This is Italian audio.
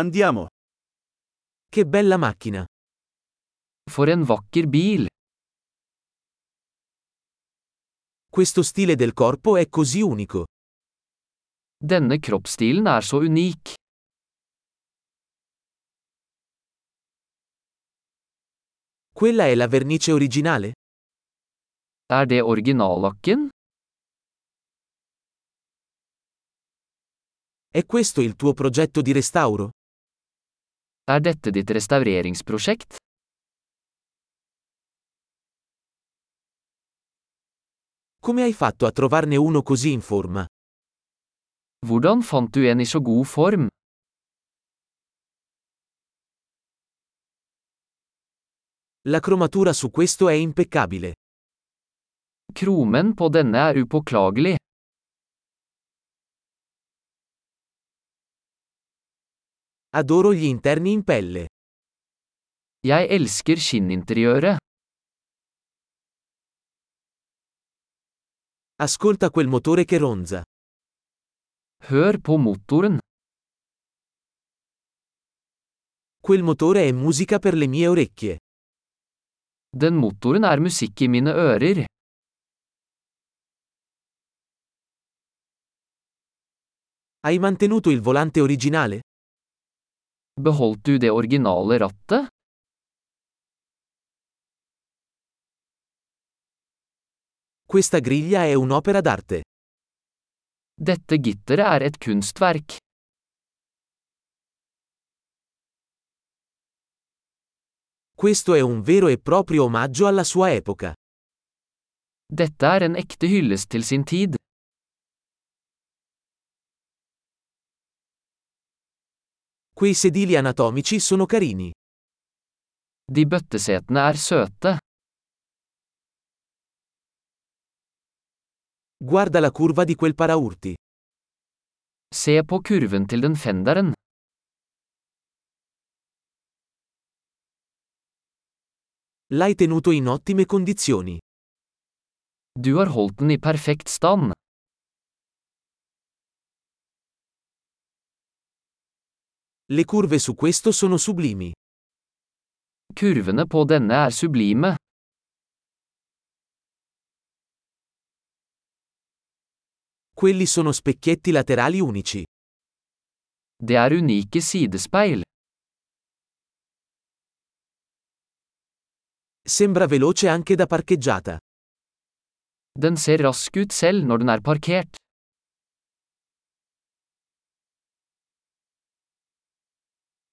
Andiamo. Che bella macchina. For en vakker bil! Questo stile del corpo è così unico. Denne kroppsstilen er så unik. Quella è la vernice originale? Er det originallakken? È questo il tuo progetto di restauro? Er dette ditt restaureringsprosjekt? Come hai fatto a trovarne uno così in forma? Hvordan fant du en i så god form? La cromatura su questo è impeccabile. Kromen på denne er upåklagelig. Adoro gli interni in pelle. Jeg elsker skinninteriøret. Ascolta quel motore che ronza. Hør på motoren. Quel motore è musica per le mie orecchie. Den motoren er musikk i mine ører. Hai mantenuto il volante originale? Beholdt du det originale rattet? Questa griglia è un'opera d'arte. Dette gitteret er et kunstverk. Questo è un vero e proprio omaggio alla sua epoca. Dette er en ekte hyllest til sin tid. Quei sedili anatomici sono carini. De bøttesetene er søte. Guarda la curva di quel paraurti. Se på kurven til den fenderen. L'hai tenuto in ottime condizioni. Du har holdt den i perfekt stand. Le curve su questo sono sublimi. Kurvene på denne er sublime. Quelli sono specchietti laterali unici. Det er unike sidespeil. Sembra veloce anche da parcheggiata. Den ser rask ut selv når den er parkert.